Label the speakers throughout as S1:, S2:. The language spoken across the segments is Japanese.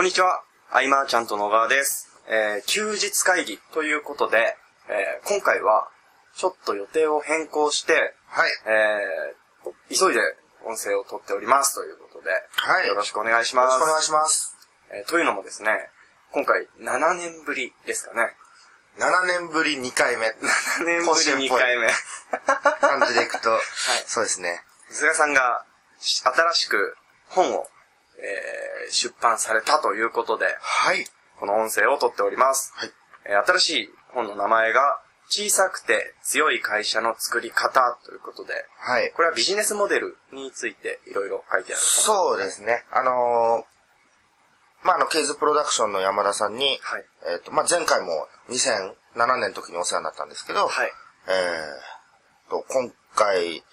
S1: んにちは。アイマーちゃんと野川です。えー休日会議ということで、えー今回は、ちょっと予定を変更して、
S2: はい。
S1: えー急いで音声を撮っておりますということで、
S2: はい
S1: よろしくお願いし
S2: よろ
S1: ま
S2: し
S1: す
S2: くお願いします。
S1: えーというのもですね、今回7年ぶりですかね。
S2: 7年ぶり2回目。
S1: 7年ぶり2回目。
S2: 感じでい くと、そうですね。
S1: 菅さんがし新しく本を、えー出版されたということで、
S2: はい。
S1: この音声を撮っております。
S2: はい。
S1: えー新しい本の名前が、小さくて強い会社の作り方ということで、
S2: はい。
S1: これはビジネスモデルについていろいろ書いてある。
S2: そうですね。あのーまあ、あの、ケイズプロダクションの山田さんに、
S1: はい
S2: えっ、と、まあ、前回も2007年の時にお世話になったんですけど、
S1: はい。
S2: えーと、今回、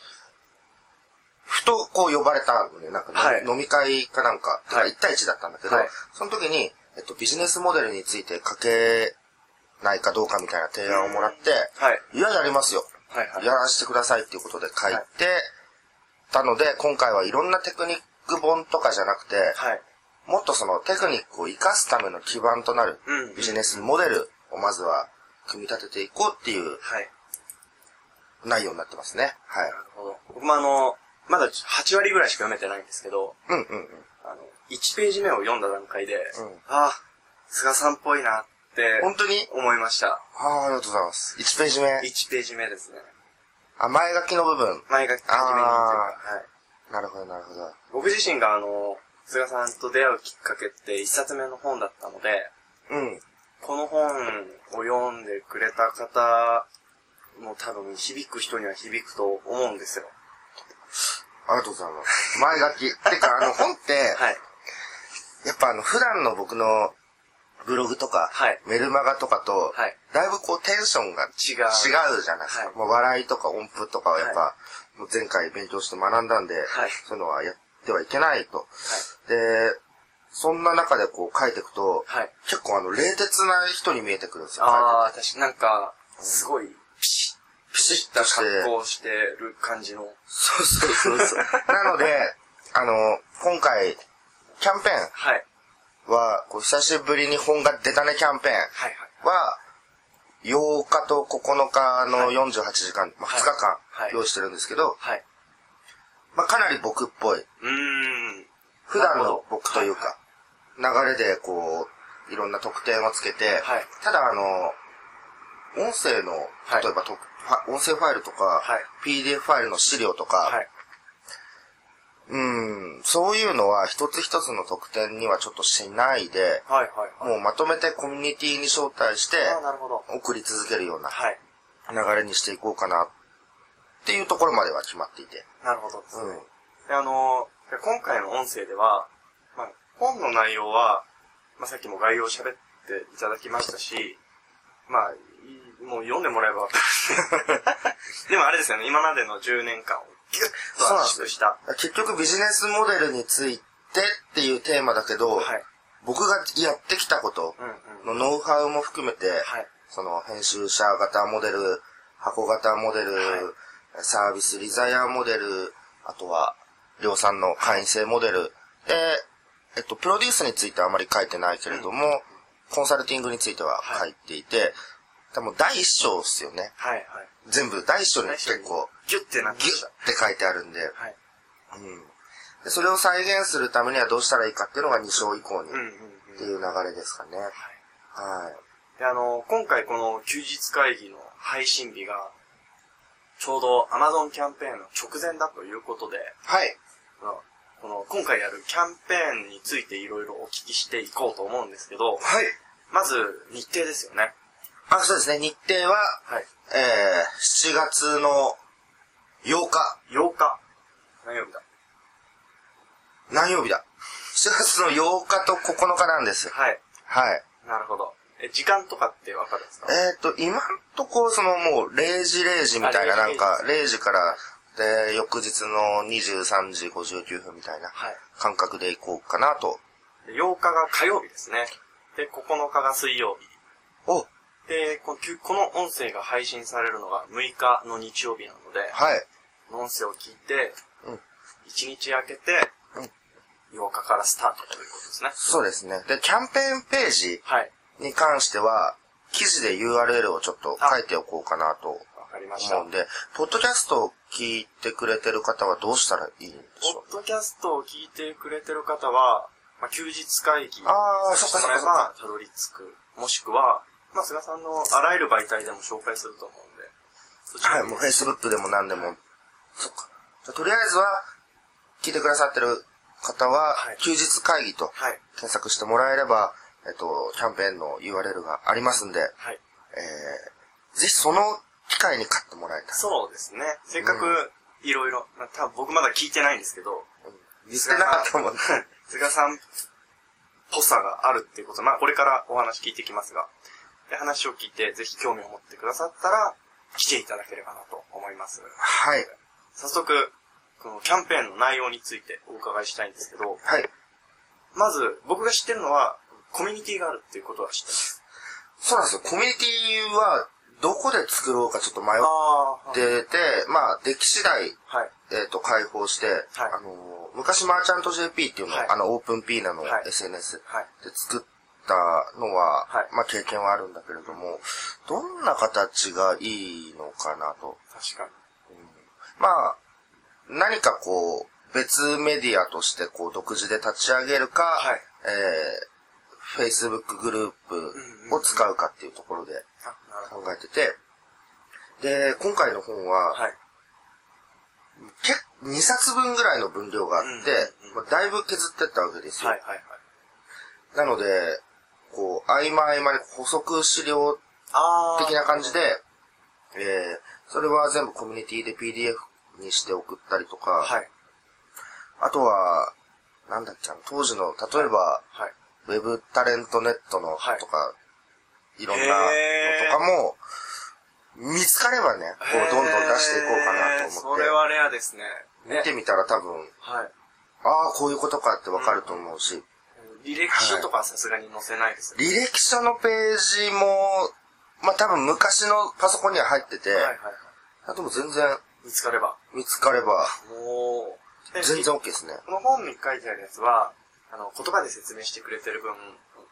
S2: ふとこう呼ばれたんで、なんか飲み、
S1: はい
S2: 飲み会かなんか、
S1: はい
S2: 1対1だったんだけど、
S1: はい
S2: その時に、えっと、ビジネスモデルについて書けないかどうかみたいな提案をもらって、
S1: はい。
S2: いや、やりますよ。
S1: はいはい。
S2: やらせてくださいっていうことで書いて、たので、今回はいろんなテクニック本とかじゃなくて、
S1: はい。
S2: もっとそのテクニックを活かすための基盤となる
S1: うん
S2: ビジネスモデルをまずは組み立てていこうっていう
S1: はい。
S2: 内容になってますね。はい
S1: な。るほど。僕もあの、まだ8割ぐらいしか読めてないんですけど、
S2: うんうんうん。
S1: あの、1ページ目を読んだ段階で、
S2: ん
S1: ああ、菅さんっぽいなって
S2: 本当に
S1: 思いました。
S2: ああ、ありがとうございます。1ページ目。
S1: 1ページ目ですね。
S2: あ、前書きの部分。
S1: 前書き始めにというか、
S2: あ
S1: はい。
S2: なるほど、なるほど。は
S1: 僕自身があの、菅さんと出会うきっかけって一冊目の本だったので、
S2: うん。
S1: この本を読んでくれた方も多分響く人には響くと思うんですよ。
S2: ありがとうござ います。前書き。てか、あの、本って、
S1: はい。
S2: やっぱあの、普段の僕のブログとか、
S1: はい
S2: メルマガとかと、
S1: はい
S2: だいぶこうテンションが違
S1: 違う
S2: うじゃないですか。
S1: はい
S2: もう笑いとか音符とかはやっぱ、
S1: は
S2: もう前回勉強して学んだんで、
S1: はい
S2: そういうのはやってはいけないと。で、そんな中でこう書いていくと、
S1: はい。
S2: 結構あの、冷徹な人に見えてくるんですよ。
S1: ああ、確かになんか、すごい、ピシッ、ピシッと
S2: して
S1: 格好してる感じの。
S2: そうそうそう そう。なので、あの、今回、キャンペー
S1: はい。
S2: ンは、こう久しぶりに本が出たねキャンペーン。
S1: はいはい。
S2: は、8日と9日の
S1: はい
S2: 48時間、まあ、
S1: はい
S2: 2日間
S1: はい
S2: 用意してるんですけど、
S1: はい。
S2: まあ、かなり僕っぽい。
S1: うーん。
S2: 普段の僕というか、流れでこう、いろんな特典をつけて、
S1: はい
S2: ただあの、音声の
S1: は、い
S2: 例えばと、ファ音声ファイルとか、
S1: はい
S2: PDF ファイルの資料とか、
S1: はい。はい。
S2: うん、そういうのは一つ一つの特典にはちょっとしないで、
S1: はいはいはい。
S2: もうまとめてコミュニティに招待して、
S1: ああ、なるほど。
S2: 送り続けるような
S1: はい。
S2: 流れにしていこうかなっていうところまでは決まっていて。
S1: なるほどですね。
S2: うん。
S1: で、あの、で今回の音声では、まあ、本の内容は、まあ、さっきも概要を喋っていただきましたし、まあ、いもう読んでもらえばわかる。 でもあれですよね、今までの10年間をギュッと圧縮した。
S2: 結局ビジネスモデルについてっていうテーマだけど、
S1: はい。
S2: 僕がやってきたこと
S1: うんうん。
S2: のノウハウも含めて、
S1: はい。
S2: その編集者型モデル、箱型モデル、
S1: はい
S2: サービスリザヤーモデル、あとは量産の会員制モデル、で、えっと、プロデュースについてはあまり書いてないけれども、コンサルティングについては書いていて、多分第一章ですよね。
S1: はい。はい。
S2: 全部、大小に結構、
S1: ギュッてなって
S2: ギュ
S1: ま
S2: ッ
S1: した。
S2: て書いてあるんで、
S1: はい。
S2: うんでそれを再現するためにはどうしたらいいかっていうのが2章以降に、
S1: うんうん
S2: っ
S1: う
S2: て
S1: ん。
S2: いう流れですかね。はい。
S1: はい。で、あの、今回この休日会議の配信日が、ちょうど Amazon キャンペーンの直前だということで、
S2: はい。
S1: この今回やるキャンペーンについていろいろお聞きしていこうと思うんですけど、
S2: はい。
S1: まず日程ですよね。
S2: あ、そうですね。日程は、
S1: はい。
S2: えー、7月の8日、
S1: 8日。何曜日だ
S2: 何曜日だ ?7 月の8日と9日なんです。
S1: はい。
S2: はい。
S1: なるほど。え、時間とかってわかるんですか
S2: えっ、と、今んとこ、そのもう0時0時みたいな、
S1: あ
S2: な
S1: 0
S2: ん
S1: 時
S2: か0時から、で、翌日の23時59分みたいな
S1: はい。
S2: 感覚でいこうかなと。
S1: で8日が火曜日ですね。で、9日が水曜日。
S2: おはい。
S1: で、このきゅこの音声が配信されるのが6日の日曜日なので、この音声を聞いて、
S2: うん
S1: 1日空けて、
S2: うん
S1: 8日からスタートということですね。
S2: そうですね。で、キャンペーンページ
S1: はい。
S2: に関しては、記事で URL をちょっと書いておこうかなと
S1: わかりました。
S2: 思うんで、ポッドキャストを聞いてくれてる方はどうしたらいいんでしょう
S1: ポッドキャストを聞いてくれてる方は、まあ、休日会議
S2: あー
S1: させてもらえばたどり着く。もしくは、まあ、菅さんのあらゆる媒体でも紹介すると思うんで、そち
S2: は
S1: ら
S2: い、
S1: に
S2: もう Facebook でも何でも。そっか。じゃあとりあえずは、聞いてくださってる方は
S1: はい、
S2: 休日会議と
S1: はい。
S2: 検索してもらえれば、えっと、キャンペーンの URL がありますんで、
S1: はい。
S2: えー、ぜひその機会に買ってもらいたい。
S1: そうですね。せっか
S2: う
S1: く、いろいろ、まあ、多分僕まだ聞いてないんですけど、
S2: 言ってなかったもんね。
S1: 菅さんっぽさがあるっていうこと、まあこれからお話聞いてきますが、で話を聞いてぜひ興味を持ってくださったら、来ていただければなと思います。
S2: はい。
S1: 早速、このキャンペーンの内容についてお伺いしたいんですけど、
S2: はい。
S1: まず僕が知ってるのは、コミュニティがあるっていうことは知ってます。
S2: そうなんですよ。コミュニティは、どこで作ろうかちょっと迷っ
S1: ああで、
S2: てて、まあ、でき次第、
S1: はい。
S2: えっ、と、開放して、あのー昔マーチャント JP っていうのを、
S1: はい
S2: あの、オープンピーナの
S1: はい
S2: SNS
S1: はい。
S2: で作ったのは、
S1: はい
S2: まあ、経験はあるんだけれども、どんな形がいいのかなと。
S1: 確かに。
S2: まあ、何かこう、別メディアとしてこう、独自で立ち上げるか、
S1: はい
S2: えー、Facebook グループを使うかっていうところで
S1: あ、なるほ
S2: 考えてて、で、今回の本は
S1: ど。、はい。
S2: 結構2冊分ぐらいの分量があって、
S1: うんうん
S2: まあ、だいぶ削ってったわけですよ。
S1: はい、はい、はい。
S2: なので、こう、合間合間に補足資料
S1: あ
S2: 的な感じで
S1: は、
S2: えー、それは全部コミュニティで PDF にして送ったりとか、
S1: い。
S2: あとは、なんだっけな、当時の、例えば、
S1: はい。
S2: ウェブタレントネットの
S1: はい
S2: とか、い、ろんなの
S1: へー
S2: とかも、見つかればね、こう、どんどん出していこうかなと思っ
S1: へーそ
S2: て
S1: れ、はレアですね。ね
S2: 見てみたら多分、
S1: はい。
S2: ああ、こういうことかってわかると思うし、
S1: 履歴書とかはさすがに載せないですよね。
S2: 履歴書のページも、まあ、多分昔のパソコンには入ってて、
S1: はい、はい、はい。
S2: あとも全然
S1: 見つかれば。
S2: 見つかれば、
S1: もう。
S2: 全然 OK ですね。
S1: この本に書いてあるやつは、あの、言葉で説明してくれてる分、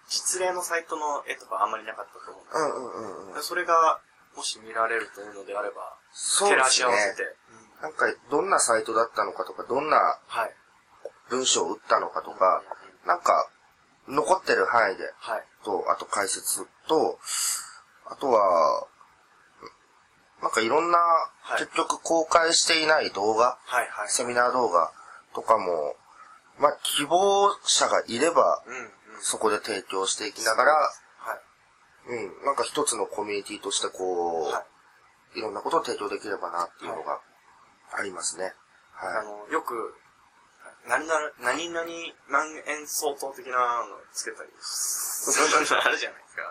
S1: 実例のサイトの絵とかあんまりなかったと思うんで
S2: うんうんうんうん。
S1: それが、もし見られるというのであれば、
S2: そう
S1: 照
S2: で
S1: ら
S2: す
S1: し
S2: ね
S1: 合わ。せて。うん
S2: なんか、どんなサイトだったのかとか、どんな
S1: はい。
S2: 文章を打ったのかとか
S1: うんうん、
S2: なんか、残ってる範囲で、
S1: はい。
S2: と、あと解説と、あとは、なんかいろんな、
S1: はい
S2: 結局公開していない動画、
S1: はい、はい。
S2: セミナー動画とかも、まあ、希望者がいれば、
S1: うん、うん。
S2: そこで提供していきながら、
S1: はい。
S2: うん、なんか一つのコミュニティとしてこう、
S1: はい。
S2: い、ろんなことを提供できればなっていうのがありますね。
S1: あ
S2: は
S1: の、よく、何々、何々万円相当的なのつけたり、そういうのあるじゃないですか。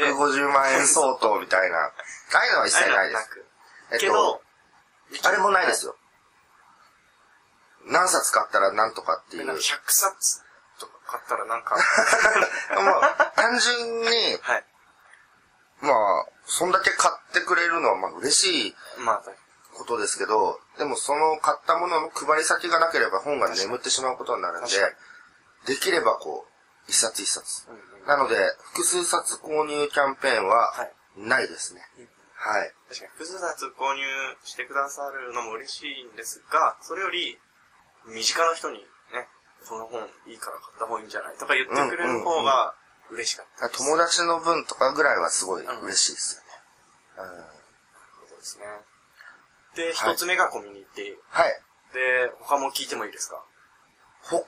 S2: い。150万円相当みたいな。ああいうのは一切ないで
S1: あ
S2: す。
S1: く。
S2: えっ
S1: けど
S2: と、、あれもないですよ。何冊買ったら何とかってい
S1: は
S2: う。
S1: い。
S2: も
S1: なん
S2: う
S1: か100冊とか買ったらなん か、
S2: 単純に、
S1: はい。
S2: まあ、そんだけ買ってくれるのはまあ嬉しい
S1: まあ、
S2: ことですけど、でもその買ったものの配り先がなければ本が眠ってしまうことになるんで
S1: 確か、
S2: できればこう、一冊一冊
S1: うんうん。
S2: なので、複数冊購入キャンペーンは
S1: はい
S2: ないですね。はい。
S1: 確かに複雑購入してくださるのも嬉しいんですが、それより、身近な人にね、この本いいから買った方がいいんじゃないとか言ってくれる方が嬉しかったです。
S2: 友達の分とかぐらいはすごい嬉しいですよね。うん
S1: そうですね。で、
S2: はい
S1: 一つ目がコミュニティ。
S2: はい。
S1: で、他も聞いてもいいですか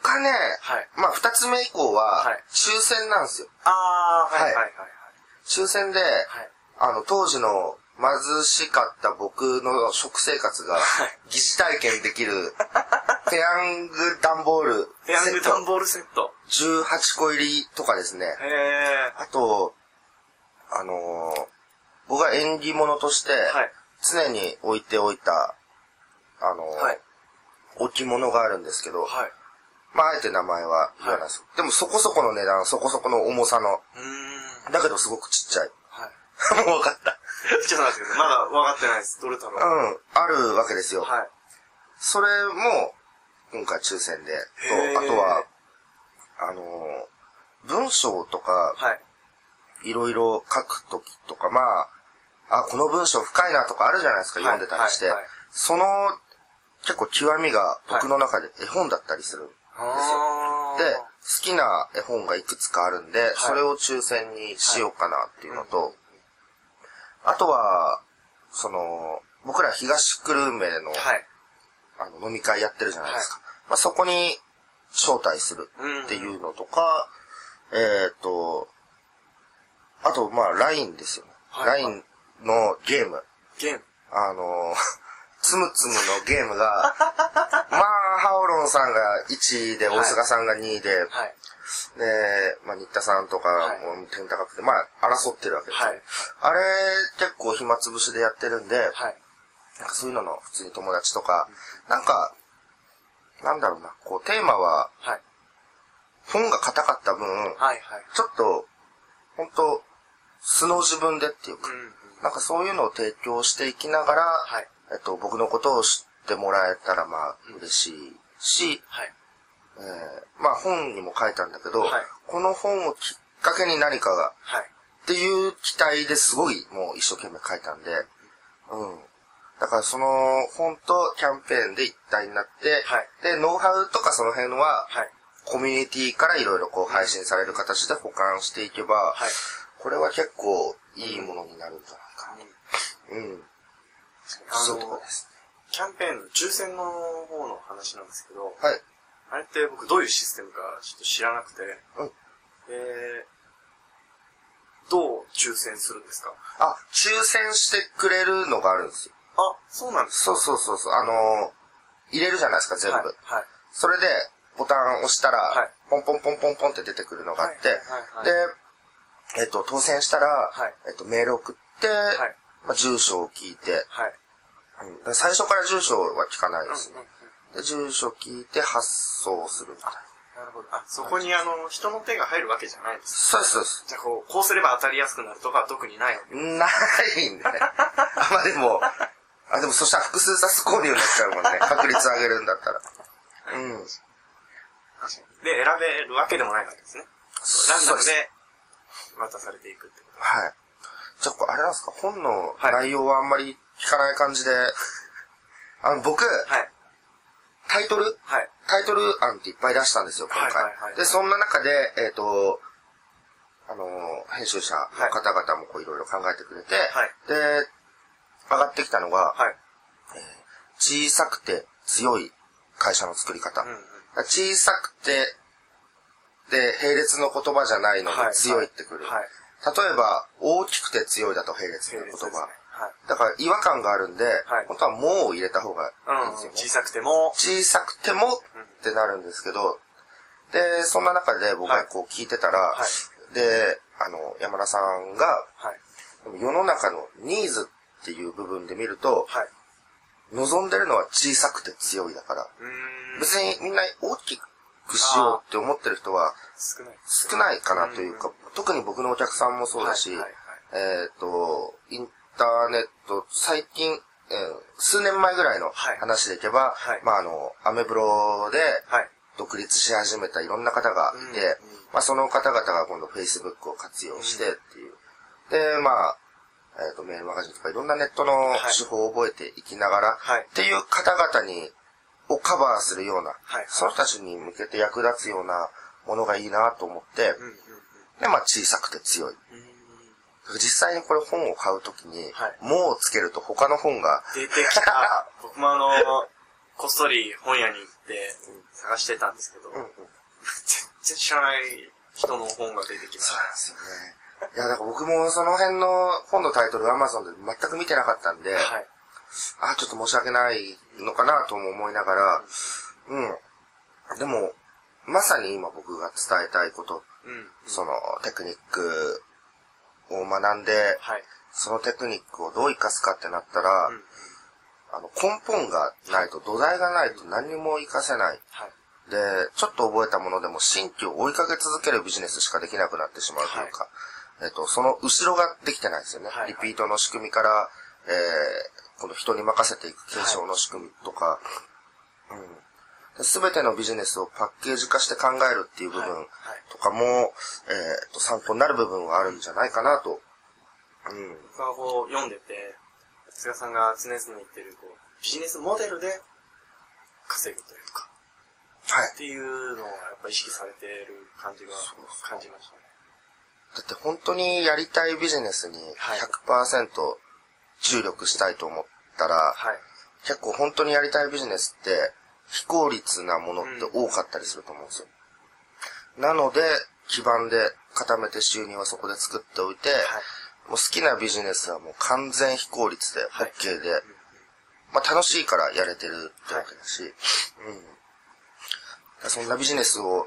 S2: 他ね、
S1: はい。
S2: まあ二つ目以降は
S1: はい、
S2: 抽選なんですよ。
S1: あー、は
S2: はいい
S1: はいはいはい。
S2: 抽選で、
S1: はい。
S2: あの、当時の貧しかった僕の食生活が
S1: はい、
S2: 疑似体験できる、 ペヤング段ボール
S1: ペヤング段
S2: ール
S1: ボールセット。
S2: 18個入りとかですね。
S1: へえ。
S2: あと、あのー僕が縁起物として、
S1: はい。
S2: 常に置いておいた、あのー
S1: はい。
S2: 置物があるんですけど、
S1: はい。
S2: まあ、あえて名前は言わないです。でも、そこそこの値段、そこそこの重さの、
S1: うーん。
S2: だけどすごく ちっちゃい。
S1: はい。
S2: もう分かった。
S1: ちょっと待ってください。まだ分かってないです。どれだろう。
S2: うん、あるわけですよ。
S1: はい。
S2: それも、今回抽選で、
S1: へー
S2: と、あとは、あの、文章とか、
S1: はい。
S2: いろいろ書くときとか、まあ、あ、この文章深いなとかあるじゃないですか、
S1: はい
S2: 読んでたりして。
S1: はいはい
S2: その、結構極みが僕の中で絵本だったりする。
S1: あ
S2: で、好きな絵本がいくつかあるんで、それを抽選にしようかなっていうのと、あとは、その、僕ら東久留米の,、
S1: はい。
S2: あの飲み会やってるじゃないですか。まあ、そこに招待するっていうのとか、えっ、と、あと、まあ、LINE ですよね。
S1: はい
S2: LINE のゲーム。
S1: ゲーム。
S2: あの、 つむつむのゲー ムが、まあ、ハオロンさんが1位で、大塚さんが2位で、
S1: はい。
S2: で、まあ、新田さんとかも点高くて、まあ、争ってるわけですよ、
S1: はい。
S2: あれ、結構暇つぶしでやってるんで、
S1: はい。
S2: なんかそういうのの普通に友達とか、なんか、なんだろうな、こう、テーマは、
S1: はい。
S2: 本が硬かった分、
S1: はい。はい。
S2: ちょっと、本当素の自分でっていう
S1: う
S2: か、
S1: ん。
S2: なんかそういうのを提供していきながら、
S1: はい。
S2: えっと、僕のことを知ってもらえたら、まあ、嬉しいし、
S1: はい。
S2: えーまあ本にも書いたんだけど、
S1: はい
S2: この本をきっかけに何かが、
S1: はい。
S2: っていう期待ですごいもう一生懸命書いたんで、うん。だからその本とキャンペーンで一体になって、
S1: はい
S2: で、ノウハウとかその辺は、
S1: はい。
S2: コミュニティからいろいろこう配信される形で保管していけば、
S1: はい。
S2: これは結構いいものになるんじゃないかな。うん。
S1: あ
S2: そういうとこ
S1: の
S2: で、す
S1: キャンペーンの抽選の方の話なんですけど、
S2: ね。はい。
S1: あれって僕どういうシステムかちょっと知らなくて、
S2: うん
S1: で、どう抽選するんですか
S2: あ、抽選してくれるのがあるんですよ。
S1: あ、そうなんですか
S2: そうそうそうそう。あのー入れるじゃないですか、全部。
S1: はい。はい。
S2: それで、ボタンを押したら、
S1: はい
S2: ポンポンポンポンポンって出てくるのがあって、
S1: はいはいはい
S2: で、えっと、当選したら、
S1: はい
S2: えっと、メール送って、
S1: はい
S2: まあ、住所を聞いて、
S1: はい。
S2: うんだから最初から住所は聞かないですね
S1: うんうんうん。
S2: で住所聞いて発送するみたいな。
S1: なるほど。あ、そこにあの、人の手が入るわけじゃないんです。
S2: そうです、そうです。
S1: じゃあこう、こうすれば当たりやすくなるとかは特にない。
S2: ないんでね。 あ、まあでも、あ、でもそしたら複数冊購入になっちゃうもんね。確率上げるんだったら。うん。
S1: で、選べるわけでもないわけですね。ランダ
S2: そう
S1: ム
S2: で。
S1: です渡されていくってこ
S2: はい。じゃあ、これあれなんですか本の
S1: はい
S2: 内容はあんまり聞かない感 じで。あの、僕、
S1: と。はい。
S2: タイトル
S1: はい。
S2: タイトル案っていっぱい出したんですよ、今
S1: は
S2: 回。
S1: いはいはい
S2: で、そんな中で、えっ、と、あのー編集者の方々もこういろいろ考えてくれて、
S1: はい
S2: で、上がってきたのが、
S1: はい。
S2: 小さくて強い会社の作り方。
S1: うんうん。
S2: 小さくて、で、並列の言葉じゃないので強いってくる。
S1: はい。
S2: 例えば、大きくて強いだと並列の
S1: 並列
S2: 言
S1: ですね
S2: 葉。だから違和感があるんで、
S1: はい
S2: 本当はもうを入れた方が
S1: はい
S2: い
S1: う
S2: いんで
S1: ん
S2: すよ、ね
S1: 小さくても、
S2: 小さくてもってなるんですけど、で、そんな中で僕がこう聞いてたら、
S1: は
S2: で、あの、山田さんが、
S1: はい。
S2: 世の中のニーズっていう部分で見ると、
S1: はい。
S2: 望んでるのは小さくて強いだから、
S1: うーん。
S2: 別にみんな大きくしようって思ってる人は
S1: 少ない。
S2: 少ないかなというか、特に僕のお客さんもそうだし、
S1: はいはいはい
S2: えっ、と、インターネット、最近、えー数年前ぐらいの
S1: はい
S2: 話でいけば、
S1: はい
S2: まああの、アメブロで
S1: はい。
S2: 独立し始めたいろんな方がいて、
S1: うんうん
S2: まあその方々が今度 Facebook を活用してっていう。で、まあ、えっ、と、メールマガジンとかいろんなネットの
S1: い
S2: 手法を覚えていきながら、
S1: はい
S2: っていう方々に、をカバーするような、
S1: はい
S2: その人たちに向けて役立つようなものがいいなと思って、
S1: うんうん
S2: で、まあ小さくて強い。
S1: うん。う
S2: 実際にこれ本を買うときに、
S1: はい
S2: もうをつけると他の本が、
S1: ーん出てきた。 僕もあの、こっそり本屋に行って探してたんですけど、全然知らない人の本が出てきまし
S2: そう
S1: た。
S2: なんですよね。いや、だから僕もその辺の本のタイトル Amazon で全く見てなかったんで、
S1: はい。
S2: あ、ちょっと申し訳ないのかなとも思いながら、うん。でも、まさに今僕が伝えたいこと、
S1: うん。
S2: そのテクニックを学んで、
S1: はい。
S2: そのテクニックをどう活かすかってなったら、
S1: うん。
S2: あの、根本がないと、土台がないと何にも活かせない。
S1: はい。
S2: で、ちょっと覚えたものでも新規を追いかけ続けるビジネスしかできなくなってしまうというか、えっと、その後ろができてないですよね。
S1: はいはい
S2: リピートの仕組みから、えー、この人に任せていく継承の仕組みとか、うん。ですべてのビジネスをパッケージ化して考えるっていう部
S1: はいは
S2: 分
S1: い
S2: とかも、えーと、参考になる部分はあるんじゃないかなと。うん。
S1: 僕はこう読んでて、菅さんが常々言ってる、こう、ビジネスモデルで稼ぐというか、
S2: はい。
S1: っていうのをやっぱ意識されてる感じが、感じましたね。
S2: だって本当にやりたいビジネスに
S1: はい
S2: 100%注力したいと思ったら、
S1: はい。
S2: 結構本当にやりたいビジネスって非効率なものって多かったりすると思うんですよ。なので、基盤で固めて収入はそこで作っておいて、
S1: はい。
S2: もう好きなビジネスはもう完全非効率で
S1: はい
S2: OK で、まあ楽しいからやれてるってわけだし、うん。だからそんなビジネスを、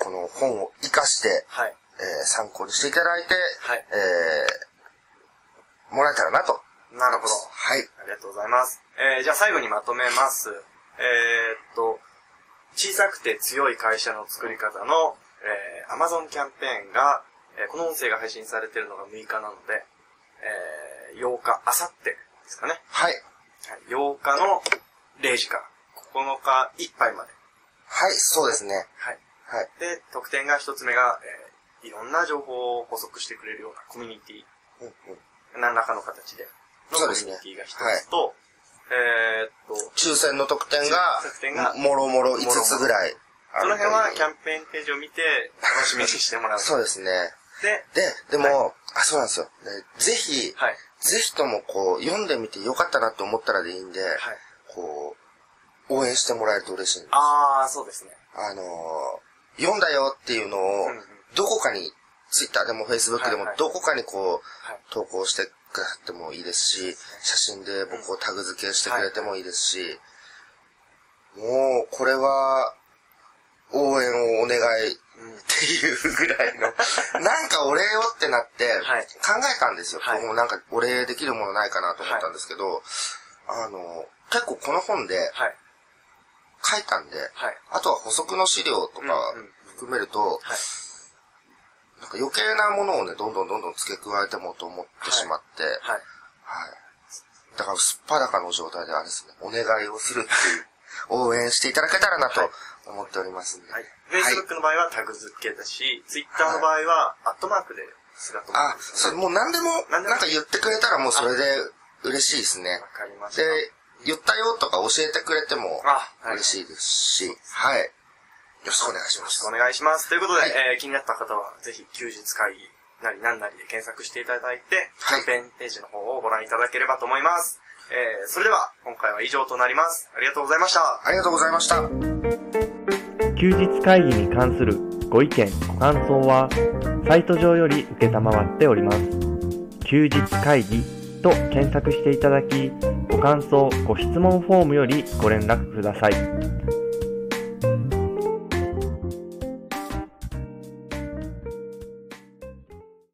S2: この本を活かして、
S1: はい。
S2: えー参考にしていただいて、
S1: はい
S2: えーもらえたらなと。
S1: なるほど。
S2: はい。
S1: ありがとうございます。えー、じゃあ最後にまとめます。えー、っと、小さくて強い会社の作り方の、えー、Amazon キャンペーンが、えーこの音声が配信されているのが6日なので、えー、8日、あさってですかね。
S2: はい。
S1: はい、8日の0時から9日いっぱいまで。
S2: はい、そうですね。
S1: はい。
S2: はい。
S1: で、特典が一つ目が、えーいろんな情報を補足してくれるようなコミュニテ
S2: うんうん、
S1: ィ、何らかの形での
S2: そう
S1: コミ
S2: です
S1: ュ
S2: ね
S1: ニティが一つと、えーっと、
S2: 抽選の特典が、
S1: 抽選の特典が
S2: もろもろ5つぐらいあ
S1: その
S2: るという。
S1: 辺はキャンペーンページを見て楽しみにしてもらう。
S2: そうですね。
S1: で、
S2: で、でも、あ、そうなんですよ。でぜひ、
S1: はい。
S2: ぜひともこう、読んでみてよかったなって思ったらでいいんで、
S1: はい。
S2: こう、応援してもらえると嬉しいんです。
S1: あー、そうですね。
S2: あのー読んだよっていうのを
S1: うんうん、
S2: どこかに、ツイッターでもフェイスブックで
S1: は
S2: も
S1: いはい、
S2: どこかにこ
S1: はい。
S2: う、投稿してくださってもいいですし、写真で僕をタグ付けしてくれてもいいですし、もう、これは、応援をお願いっ
S1: うん。はい。
S2: ていうぐらいの、なんかお礼をってなって
S1: はい、
S2: 考えたんですよ。
S1: はい
S2: 僕もなんかお礼できるものないかなと思ったんですけど、あのー、結構この本で書いたんで、
S1: はい。
S2: あとは補足の資料とか
S1: うんうん
S2: 含めると、
S1: はい。
S2: なんか余計なものをね、どんどんどんどん付け加えてもと思ってしまって、はい。
S1: はい。
S2: だから、すっぱだかの状態であれですね、お願いをするっていう、応援していただけたらなと
S1: はい
S2: 思っておりますんで。
S1: はい。Facebook の場合はタグ付けだし、Twitter の場合はアットマークで姿と
S2: あ、それもう何でも、
S1: 何でも
S2: なんか言ってくれたらもうそれで嬉しいですね
S1: わ。かりまし
S2: で
S1: た。、
S2: 言ったよとか教えてくれても
S1: あはい
S2: 嬉しいですし、はい。よろしくお願いし
S1: よ
S2: ま
S1: ろし
S2: す
S1: くお。願いします。ということで、
S2: はい
S1: えー気になった方は、ぜひ休日会議なり何なりで検索していただいて、
S2: はい
S1: キャンペーンページの方をご覧いただければと思います。えーそれでは、今回は以上となります。ありがとうございました。
S2: ありがとうございました。
S3: 休日会議に関するご意見、ご感想は、サイト上より受けたまわっております。休日会議と検索していただき、ご感想、ご質問フォームよりご連絡ください。